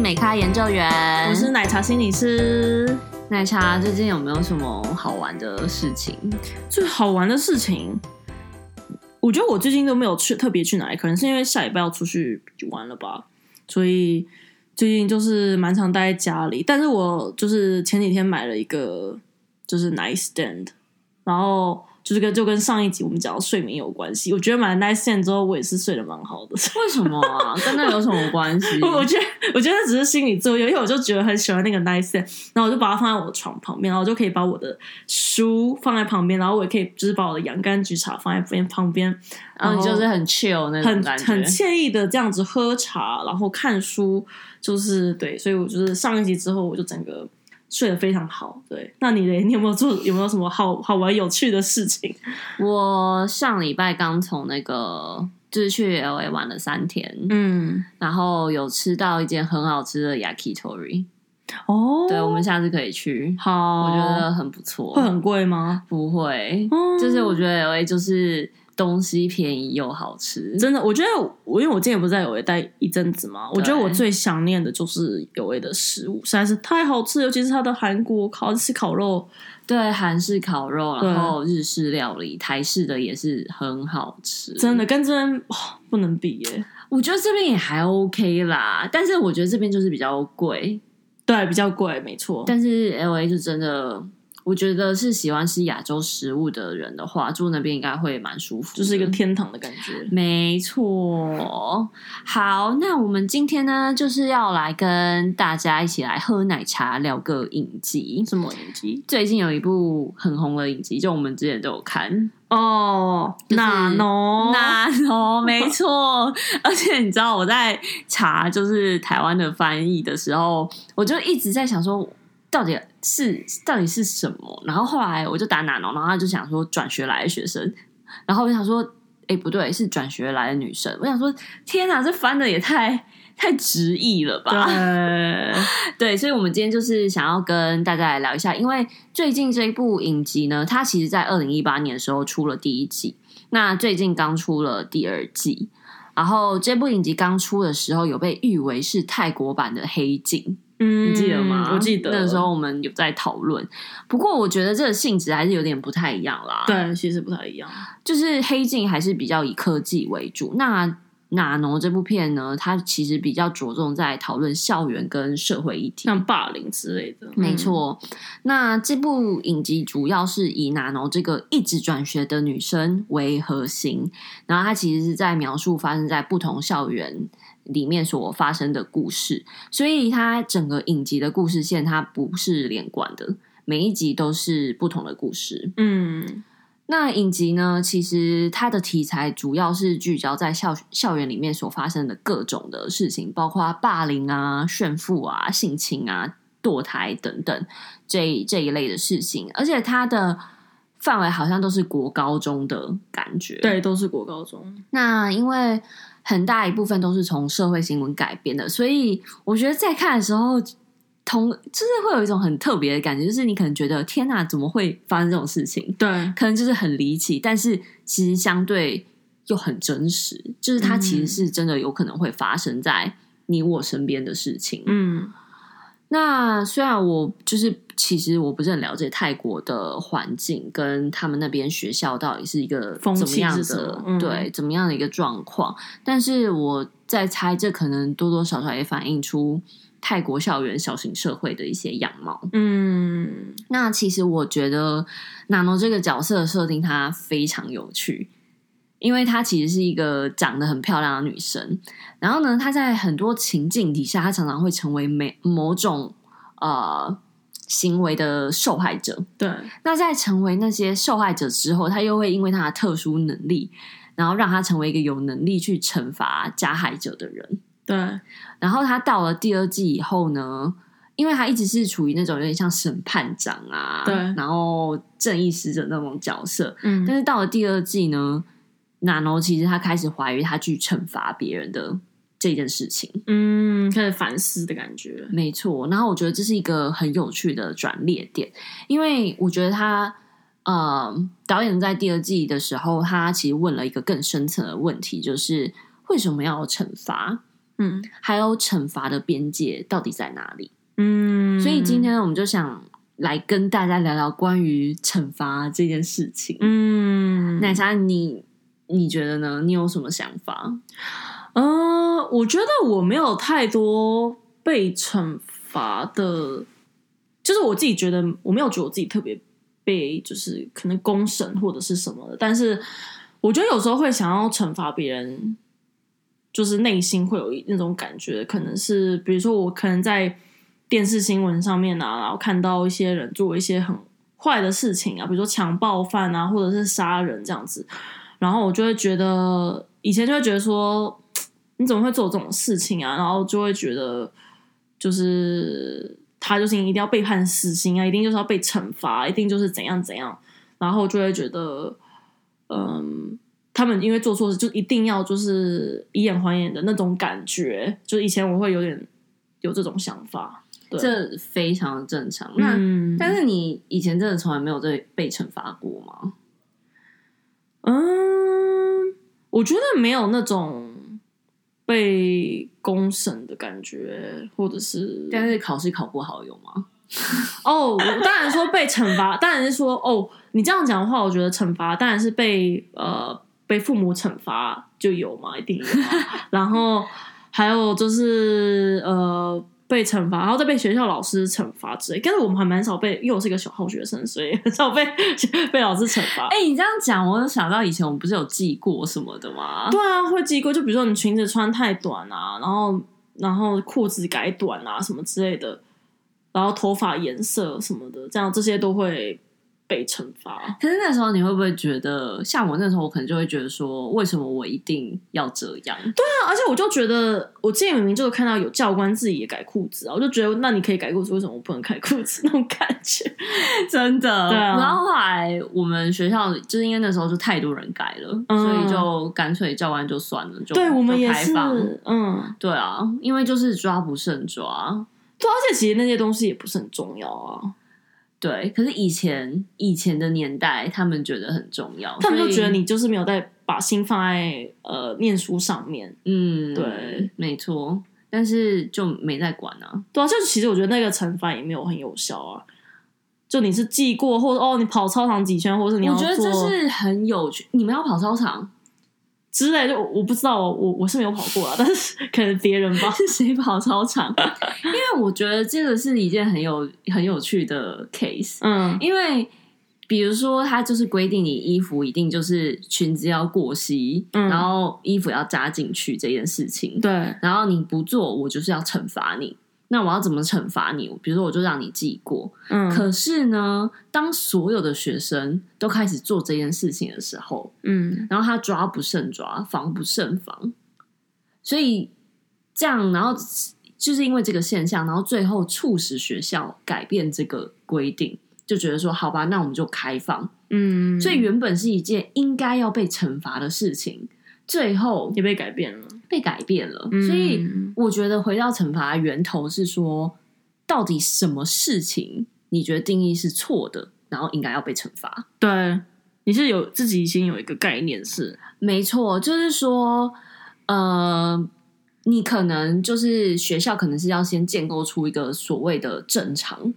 美咖研究员，我是奶茶心理师。奶茶。最近有没有什么好玩的事情？最好玩的事情，我觉得我最近都没有去特别去哪里，可能是因为下礼拜要出去玩了吧，所以最近就是蛮常待在家里。但是我就是前几天买了一个就是 nice stand，然后就是跟就跟上一集我们讲到睡眠有关系，我觉得买了 nice stand 之后，我也是睡得蛮好的。为什么 啊？跟那有什么关系？ 我我觉得，我觉得只是心理作用，因为我就觉得很喜欢那个 nice set，然后我就把它放在我的床旁边，然后我就可以把我的书放在旁边，然后我也可以就是把我的洋甘菊茶放在边旁边，然后你啊就是很 chill 那种很感觉，很惬意的这样子喝茶，然后看书，就是对，所以我就是上一集之后，我就整个睡得非常好。对，那你嘞，你有没有做有没有什么好 好玩有趣的事情？我上礼拜刚从那个就是去 L A 玩了三天，嗯，然后有吃到一间很好吃的 yakitori，、哦，对我们下次可以去，好，我觉得哦很不哦错。会很贵吗？不会，嗯就是我觉得 L A 就是东西便宜又好吃，真的，我觉得我因为我之前不是在有为待一阵子嘛，我觉得我最想念的就是有为的食物，实在是太好吃了，尤其是它的韩国烤吃烤肉，对韩式烤肉，对然后日式料理、台式的也是很好吃，真的跟这边、哦不能比耶。我觉得这边也还 OK 啦，但是我觉得这边就是比较贵，对，比较贵，没错。但是 L A 就真的，我觉得是喜欢吃亚洲食物的人的话，住那边应该会蛮舒服的，就是一个天堂的感觉。没错。好，那我们今天呢，就是要来跟大家一起来喝奶茶，聊个影集。什么影集？最近有一部很红的影集，就我们之前都有看，哦，就是纳农那哦，没错，而且你知道我在查就是台湾的翻译的时候，我就一直在想说，到底是到底是什么？然后后来我就打哪农，然后他就想说转学来的学生，然后我就想说，哎，不对，是转学来的女生。我想说，天哪，这翻的也太太直译了啊吧？对，对，所以，我们今天就是想要跟大家来聊一下，因为最近这一部影集呢，它其实在二零一八年的时候出了第一季，那最近刚出了第二季。然后这部影集刚出的时候，有被誉为是泰国版的《黑镜》，嗯你记得吗？我记得那时候我们有在讨论，不过我觉得这个性质还是有点不太一样啦。，对，其实不太一样。就是《黑镜》还是比较以科技为主，那《哪农》这部片呢，它其实比较着重在讨论校园跟社会议题。像霸凌之类的，没错，那这部影集主要是以娜诺这个一直转学的女生为核心，然后它其实是在描述发生在不同校园里面所发生的故事，所以它整个影集的故事线它不是连贯的，每一集都是不同的故事。嗯。嗯那影集呢，其实它的题材主要是聚焦在校校园里面所发生的各种的事情，包括霸凌啊、炫富啊、性侵啊、堕胎等等这这一类的事情，而且它的范围好像都是国高中的感觉。对，都是国高中，那因为很大一部分都是从社会新闻改编的，所以我觉得在看的时候，同就是会有一种很特别的感觉，就是你可能觉得天哪，怎么会发生这种事情？对，可能就是很离奇，但是其实相对又很真实，就是它其实是真的有可能会发生在你我身边的事情。嗯，那虽然我就是其实我不是很了解泰国的环境跟他们那边学校到底是一个风气怎么样是什的么、嗯对怎么样的一个状况，但是我在猜这可能多多少少也反映出泰国校园小型社会的一些样貌。嗯，那其实我觉得娜诺这个角色的设定，她非常有趣，因为她其实是一个长得很漂亮的女生。然后呢，她在很多情境底下，她常常会成为每某种呃行为的受害者。对，那在成为那些受害者之后，她又会因为她的特殊能力，然后让她成为一个有能力去惩罚加害者的人。对，然后他到了第二季以后呢，因为他一直是处于那种有点像审判长啊，对然后正义使者那种角色，嗯但是到了第二季呢，娜诺其实他开始怀疑他去惩罚别人的这件事情，嗯，开始反思的感觉，没错。然后我觉得这是一个很有趣的转捩点，因为我觉得他。呃，导演在第二季的时候，他其实问了一个更深层的问题，就是为什么要惩罚？嗯还有惩罚的边界到底在哪里？嗯，所以今天我们就想来跟大家聊聊关于惩罚这件事情。嗯，奶茶，你你觉得呢？你有什么想法？呃，我觉得我没有太多被惩罚的，就是我自己觉得我没有觉得我自己特别被就是可能公审或者是什么的，但是我觉得有时候会想要惩罚别人，就是内心会有一那种感觉，可能是比如说我可能在电视新闻上面啊，然后看到一些人做一些很坏的事情啊，比如说强暴犯啊，或者是杀人这样子，然后我就会觉得，以前就会觉得说，你怎么会做这种事情啊？然后就会觉得，就是他就是一定要被判死刑啊，一定就是要被惩罚，啊一定就是怎样怎样，然后就会觉得，嗯，他们因为做错事就一定要就是以眼还眼的那种感觉，就是以前我会有点有这种想法，对，这非常正常。那、嗯但是你以前真的从来没有被被惩罚过吗？嗯，我觉得没有那种被公审的感觉，或者是但是考试考不好有吗？哦，我当然说被惩罚，当然是说哦，你这样讲的话，我觉得惩罚当然是被呃被父母惩罚就有嘛， 一定有啊。然后还有就是呃被惩罚，然后再被学校老师惩罚之类。但是我们还蛮少被，因为我是一个小好学生，所以很少被 被老师惩罚。哎、你这样讲，我有想到以前我们不是有记过什么的吗？对啊，会记过。就比如说你裙子穿太短啊，然后然后裤子改短啊，什么之类的，然后头发颜色什么的，这样这些都会被惩罚。可是那时候你会不会觉得，像我那时候，我可能就会觉得说，为什么我一定要这样？对，那而且我就觉得，我之前明明就是看到有教官自己也改裤子啊，我就觉得那你可以改裤子，为什么我不能改裤子？那种感 觉。真的。对啊然后后来我们学校就是因为那时候就太多人改了，嗯所以就干脆教完就算了，就对我们就也开是，放嗯，对啊，因为就是抓不胜抓。对，而且其实那些东西也不是很重要啊，对，可是以前以前的年代，他们觉得很重要，他们就所以觉得你就是没有在把心放在呃念书上面。嗯，对，没错，但是就没在管啊。对啊，就其实我觉得那个惩罚也没有很有效啊。就你是记过，或者哦，你跑操场几圈，或者是你要我觉得这做是很有趣。你们要跑操场 之类的，就我我不知道，我我是没有跑过啊， 但是可能别人吧。是谁跑操场？因为我觉得这个是一件很有很有趣的 case，嗯因为。比如说，它就是规定你衣服一定就是裙子要过膝，嗯然后衣服要扎进去这件事情。对，然后你不做，我就是要惩罚你。那我要怎么惩罚你？比如说，我就让你记过。嗯，可是呢，当所有的学生都开始做这件事情的时候，嗯，然后他抓不胜抓，防不胜防，所以这样，然后就是因为这个现象，然后最后促使学校改变这个规定，就觉得说，好吧，那我们就开放。嗯，所以原本是一件应该要被惩罚的事情，最后也被改变了。被改变了，嗯所以。我觉得回到惩罚的源头是说，到底什么事情你觉得定义是错的，然后应该要被惩罚？对，你是有自己已经有一个概念是，没错，就是说，呃，你可能就是学校可能是要先建构出一个所谓的正常，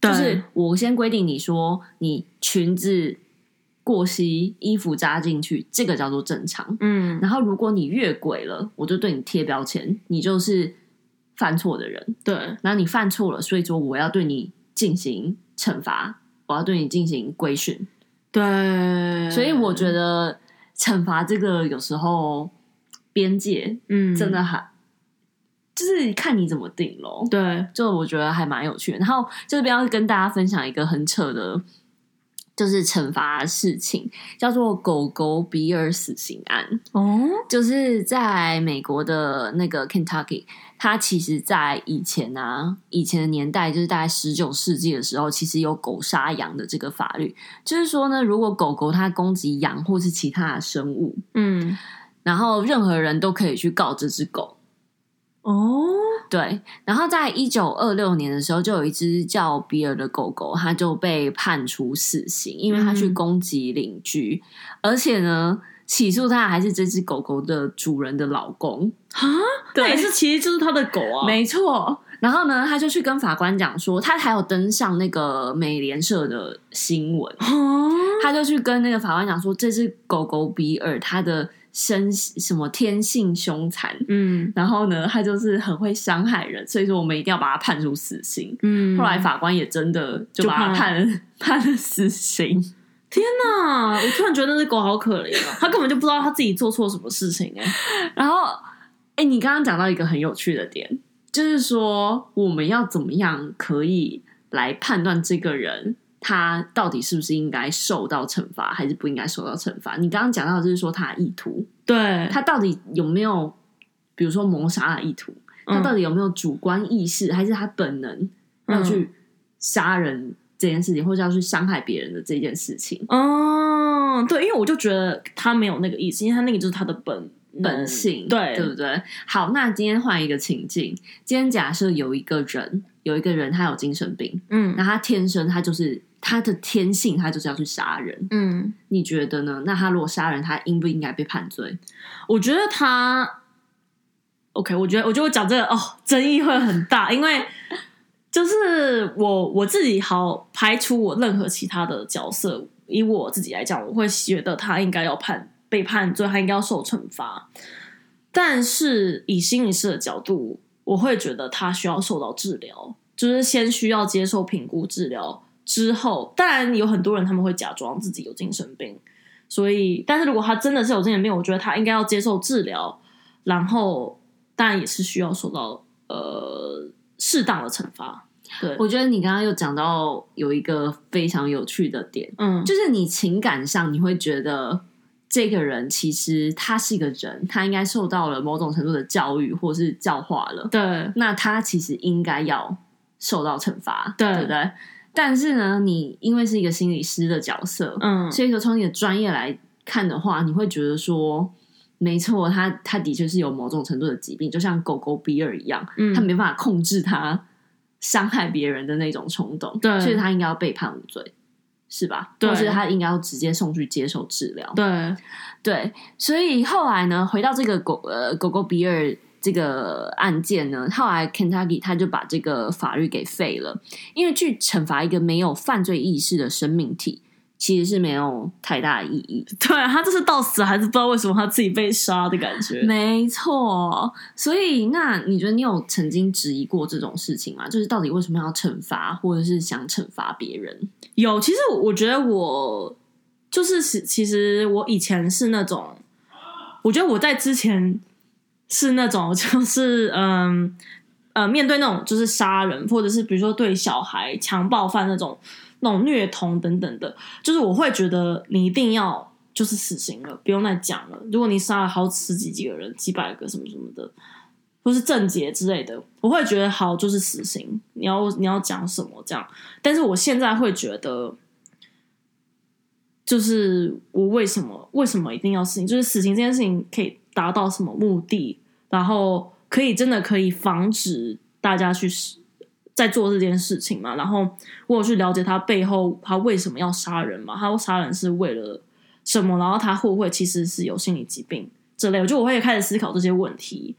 对就是我先规定你说你裙子过膝，衣服扎进去，这个叫做正常。嗯，然后如果你越轨了，我就对你贴标签，你就是犯错的人。对，然后你犯错了，所以说我要对你进行惩罚，我要对你进行规训。对，所以我觉得惩罚这个有时候边界嗯，真的还、就是看你怎么定咯。对，就我觉得还蛮有趣的。然后这边要跟大家分享一个很扯的，就是惩罚的事情，叫做狗狗比尔死刑案。哦，就是在美国的那个 Kentucky，它其实，在以前啊，以前的年代，就是大概十九世纪的时候，其实有狗杀羊的这个法律。就是说呢，如果狗狗它攻击羊或是其他的生物，嗯，然后任何人都可以去告这只狗。哦，对，然后在一九二六年的时候，就有一只叫比尔的狗狗，它就被判处死刑，因为它去嗯攻击邻居，而且呢，起诉他还是这只狗狗的主人的老公，啊，那也是，其实就是他的狗啊，没错。然后呢，他就去跟法官讲说，他还有登上那个美联社的新闻，啊，他就去跟那个法官讲说，这只狗狗比尔它的生什么天性凶残，嗯然后呢，它就是很会伤害人，所以说我们一定要把它判处死刑。嗯，后来法官也真的就就把他判判了判了死刑。天哪！我突然觉得那只狗好可怜 啊，它根本就不知道它自己做错什么事情哎、然后，哎、你刚刚讲到一个很有趣的点，就是说我们要怎么样可以来判断这个人他到底是不是应该受到惩罚，还是不应该受到惩罚？你刚刚讲到的就是说他的意图，对，他到底有没有，比如说谋杀的意图？他到底底有没有主观意识，还是他本能要去杀人这件事情，或者要去伤害别人的这件事情？嗯，对，因为我就觉得它没有那个意思，因为它那个就是它的本本性，嗯对对不对？好，那今天换一个情境，今天假设有一个人，有一个人他有精神病，嗯那他天生他就是他的天性，他就是要去杀人。嗯，你觉得呢？那他如果杀人，他应不应该被判罪？我觉得它 OK，我觉得我觉得我讲这个哦，争议会很大，因为就是我我自己好排除我任何其他的角色，以我自己来讲，我会觉得他应该要判被判罪，他应该要受惩罚。但是以心理师的角度，我会觉得他需要受到治疗，就是先需要接受评估治疗之后，当然有很多人他们会假装自己有精神病，所以，但是如果他真的是有精神病，我觉得他应该要接受治疗，然后当然也是需要受到呃适当的惩罚。对，我觉得你刚刚又讲到有一个非常有趣的点，嗯，就是你情感上你会觉得这个人其实他是一个人，他应该受到了某种程度的教育或是教化了，对，那他其实应该要受到惩罚，对不对？但是呢，你因为是一个心理师的角色，嗯，所以说从你的专业来看的话，你会觉得说。没错，他他的确是有某种程度的疾病，就像狗狗比尔一样，嗯他没办法控制他伤害别人的那种冲动，对所以他应该要被判无罪，是吧？对或是他应该要直接送去接受治疗。对，对，所以后来呢，回到这个狗呃狗狗比尔这个案件呢，后来 Kentucky 他就把这个法律给废了，因为去惩罚一个没有犯罪意识的生命体，其实是没有太大的意义。对他这是到死还是不知道为什么他自己被杀的感觉。没错，所以那你觉得你有曾经质疑过这种事情吗？就是到底为什么要惩罚，或者是想惩罚别人？有，其实我觉得我就是其其实我以前是那种，我觉得我在之前是那种 就是嗯呃面对那种就是杀人或者是比如说对小孩强暴犯那种那种虐童等等的，就是我会觉得你一定要就是死刑了，不用再讲了。如果你杀了好十几几个人、几百个什么什么的，或是症结之类的，我会觉得好就是死刑。你要你要讲什么这样？但是我现在会觉得，就是我为什么为什么一定要死刑？就是死刑这件事情可以达到什么目的？然后可以真的可以防止大家去在做这件事情嘛？然后我有去了解他背后他为什么要杀人嘛？他杀人是为了什么？然后他会不会其实是有心理疾病之类的？就我会开始思考这些问题，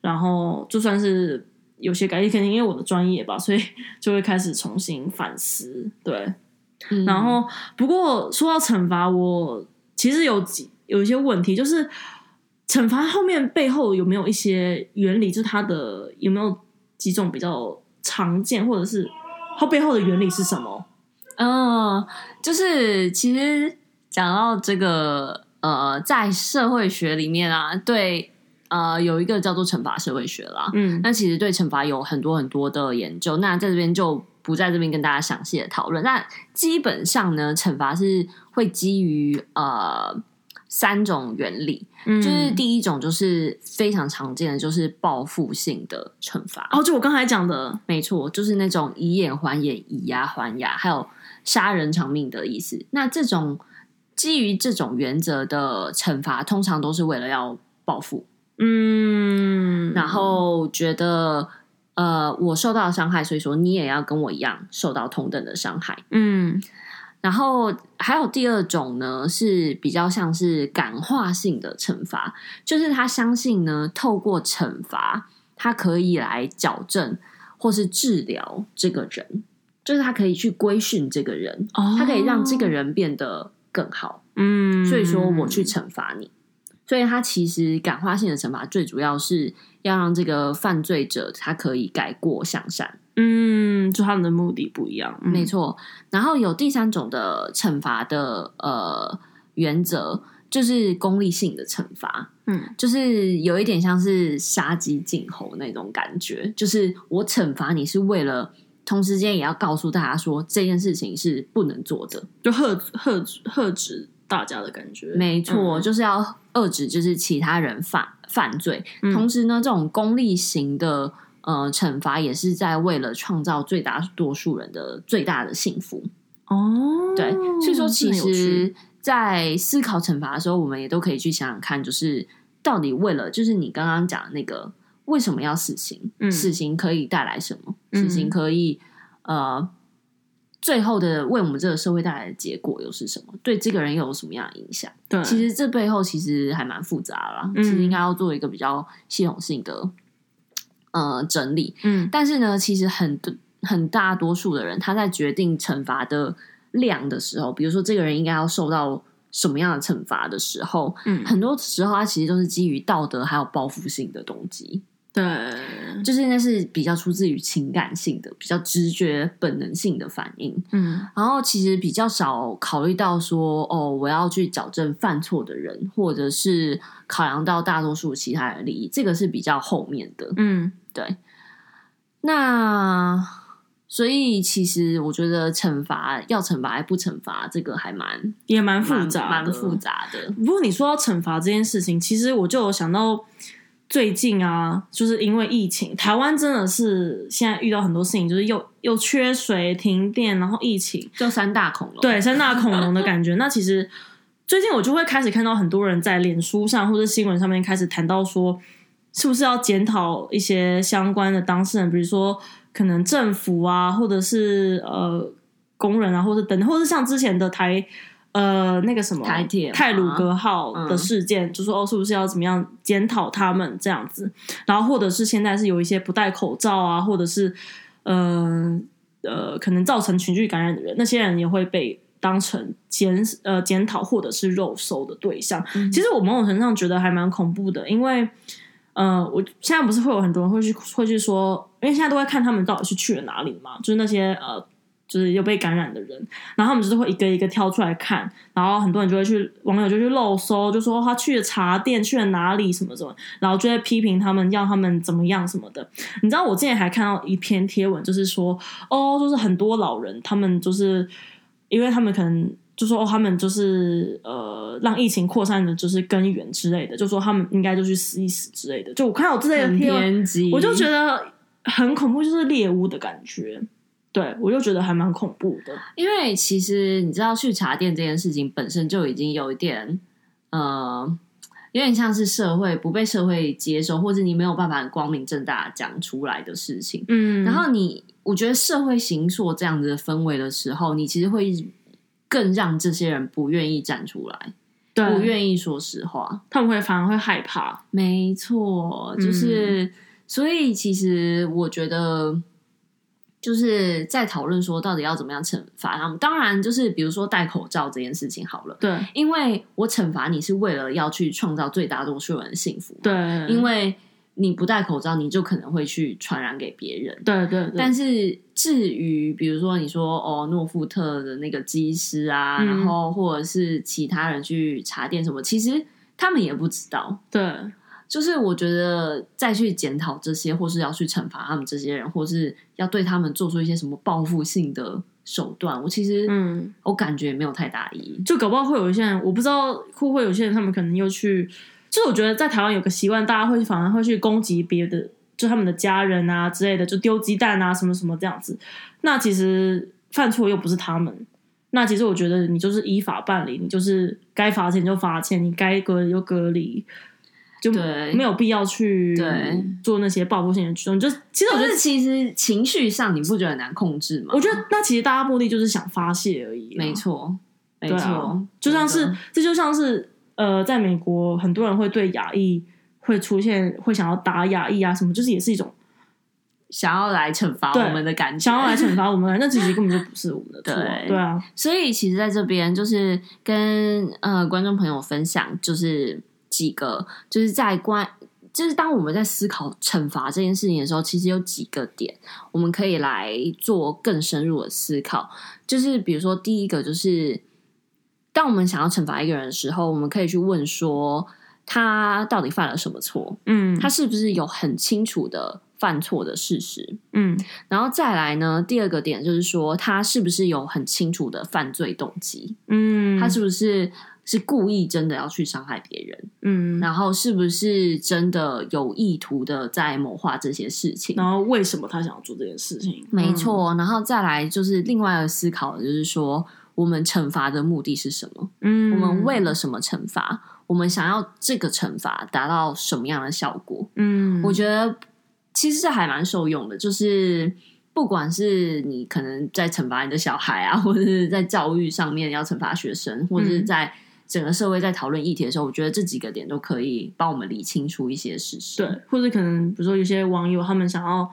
然后就算是有些改变，肯定因为我的专业吧，所以就会开始重新反思。对，嗯然后不过说到惩罚，我其实有几有一些问题，就是惩罚后面背后有没有一些原理，就是它的有没有几种比较常见，或者是它背后的原理是什么？嗯，就是其实讲到这个呃，在社会学里面啊，对呃有一个叫做惩罚社会学啦。嗯那其实对惩罚有很多很多的研究，那在这边就不在这边跟大家详细的讨论。那基本上呢，惩罚是会基于呃三种原理，嗯就是第一种就是非常常见的，就是报复性的惩罚。哦，就我刚才讲的，没错，就是那种以眼还眼、以牙还牙，还有杀人偿命的意思。那这种基于这种原则的惩罚，通常都是为了要报复，嗯，然后觉得呃我受到伤害，所以说你也要跟我一样受到同等的伤害。嗯然后还有第二种呢，是比较像是感化性的惩罚，就是他相信呢，透过惩罚，他可以来矫正或是治疗这个人，就是他可以去规训这个人，哦他可以让这个，人变得更好。嗯，所以说我去惩罚你。所以他其实感化性的惩罚最主要是要让这个犯罪者他可以改过向善。嗯，就他们的目的不一样，嗯没错。然后有第三种的惩罚的呃原则，就是功利性的惩罚，嗯，就是有一点像是杀鸡儆猴那种感觉，就是我惩罚你是为了。同时间也要告诉大家说这件事情是不能做的，就喝喝喝止大家的感觉，没错，嗯就是要遏制就是其他人犯犯罪。嗯同时呢，这种功利型的呃惩罚也是在为了创造最大多数人的最大的幸福。哦，对，所以说其这很有趣实，在思考惩罚的时候，我们也都可以去想想看，就是到底为了，就是你刚刚讲的那个，为什么要死刑？嗯死刑可以带来什么？嗯死刑可以呃，最后的为我们这个社会带来的结果又是什么？对这个人又有什么样的影响？对，其实这背后其实还蛮复杂的啦，嗯其实应该要做一个比较系统性的呃整理。嗯但是呢，其实很多很大多数的人，他在决定惩罚的量的时候，比如说这个人应该要受到什么样的惩罚的时候，嗯，很多时候他其实都是基于道德还有报复性的动机，对，就是那是比较出自于情感性的、比较直觉本能性的反应。嗯然后其实比较少考虑到说，哦，我要去矫正犯错的人，或者是考量到大多数其他人的利益，这个是比较后面的。嗯对，那所以其实我觉得惩罚要惩罚还不惩罚，这个还蛮也蛮复蛮杂，蛮复。杂的。不过你说到惩罚这件事情，其实我就有想到最近啊，就是因为疫情，台湾真的是现在遇到很多事情，就是又又缺水、停电，然后疫情，就三大恐龙，对，三大恐龙的感觉。那其实最近我就会开始看到很多人在脸书上或者新闻上面开始谈到说，是不是要检讨一些相关的当事人，比如说可能政府啊，或者是呃工人啊，或者等，或者像之前的台。呃，那个什么台铁嘛泰鲁格号的事件，就说哦，是不是要怎么样检讨他们这样子？然后或者是现在是有一些不戴口罩啊，或者是呃呃，可能造成群聚感染的人，那些人也会被当成检呃检讨或者是肉搜的对象。嗯其实我某种程度上觉得还蛮恐怖的，因为呃，我现在不是会有很多人会去会去说，因为现在都会看他们到底是去了哪里嘛，就是那些呃。就是有被感染的人，然后他们就是会一个一个挑出来看，然后很多人就会去网友就去漏搜，就说他去了茶店，去了哪里什么什么，然后就会批评他们，要他们怎么样什么的。你知道我之前还看到一篇贴文，就是说哦，就是很多老人他们就是因为他们可能就说哦，他们就是呃让疫情扩散的就是根源之类的，就说他们应该就去死一死之类的。就我看到这类的很贴文，偏激，我就觉得很恐怖，就是猎巫的感觉。对我就觉得还蛮恐怖的。因为其实你知道去茶店这件事情本身就已经有一点，呃，有点像是社会不被社会接受，或者你没有办法很光明正大地讲出来的事情。嗯然后你，我觉得社会形塑这样子的氛围的时候，你其实会更让这些人不愿意站出来，不对，愿意说实话。嗯他们会反而会害怕。没错，就是、所以其实我觉得就是在讨论说到底要怎么样惩罚他们。当然，就是比如说戴口罩这件事情好了，对因为我惩罚你是为了要去创造最大多数人的幸福，，对，因为你不戴口罩，你就可能会去传染给别人。对对对，但是至于比如说你说哦诺富特的那个机师啊，嗯然后或者是其他人去茶店什么，其实他们也不知道。对就是我觉得再去检讨这些，或是要去惩罚他们这些人，或是要对他们做出一些什么报复性的手段，我其实、嗯。我感觉没有太大意义。就搞不好会有一些人，我不知道会不会有些人，他们可能又去，就是我觉得在台湾有个习惯，大家会反而会去攻击别的，就他们的家人啊之类的，就丢鸡蛋啊什么什么这样子。那其实犯错又不是他们，那其实我觉得你就是依法办理，你就是该罚钱就罚钱，你该隔离就隔离。就对没有必要去对做那些报复性的举动。就其实我就觉得是其实情绪上你不觉得很难控制吗？我觉得那其实大家目的就是想发泄而已啊、没错，没对错，啊，就像真是的这就像是呃，在美国很多人会对亚裔会出现会想要打亚裔啊什么，就是也是一种想要来惩罚对我们的感觉，想要来惩罚我们的 人，那其实根本就不是我们的错啊，对对啊，所以其实在这边就是跟呃观众朋友分享，就是几个就是在关。就是当我们在思考惩罚这件事情的时候，其实有几个点我们可以来做更深入的思考。就是比如说，第一个就是，当我们想要惩罚一个人的时候，我们可以去问说他到底犯了什么错，嗯，他是不是有很清楚的犯错的事实。嗯然后再来呢，第二个点就是说，他是不是有很清楚的犯罪动机？嗯，他是不是是故意真的要去伤害别人？嗯，然后是不是真的有意图的在谋划这些事情？然后为什么他想要做这件事情？没错。然后再来就是另外一个思考，就是说，我们惩罚的目的是什么？嗯，嗯，我们为了什么惩罚？我们想要这个惩罚达到什么样的效果？嗯，我觉得其实这还蛮受用的，就是不管是你可能在惩罚你的小孩啊， 或者是在教育上面要惩罚学生，或者嗯是在整个社会在讨论议题的时候，我觉得这几个点都可以帮我们理清楚一些事实。对，或者可能比如说有些网友他们想要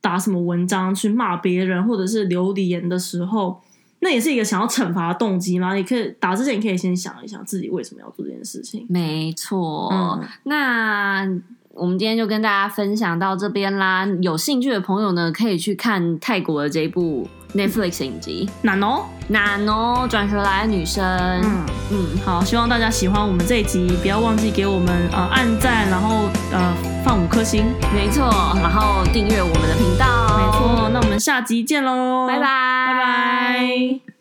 打什么文章去骂别人，或者是留言的时候，那也是一个想要惩罚的动机嘛。你可以打之前，你可以先想一想自己为什么要做这件事情。没错。嗯，那我们今天就跟大家分享到这边啦。有兴趣的朋友呢，可以去看泰国的这一部 Netflix 影集难哦。 《难哦转学来的女生》。嗯，嗯好，希望大家喜欢我们这一集，不要忘记给我们呃按赞，然后呃放五颗星。没错，然后订阅我们的频道，哦没错，，那我们下集见喽，拜拜，拜拜。